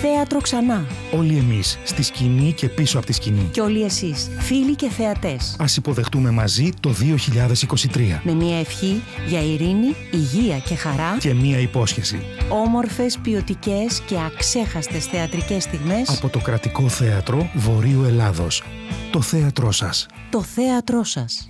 Θέατρο ξανά. Όλοι εμείς, στη σκηνή και πίσω από τη σκηνή. Και όλοι εσείς, φίλοι και θεατές. Ας υποδεχτούμε μαζί το 2023. Με μια ευχή για ειρήνη, υγεία και χαρά. Και μια υπόσχεση. Όμορφες, ποιοτικές και αξέχαστες θεατρικές στιγμές. Από το Κρατικό Θέατρο Βορείου Ελλάδος. Το θέατρό σας. Το θέατρό σας.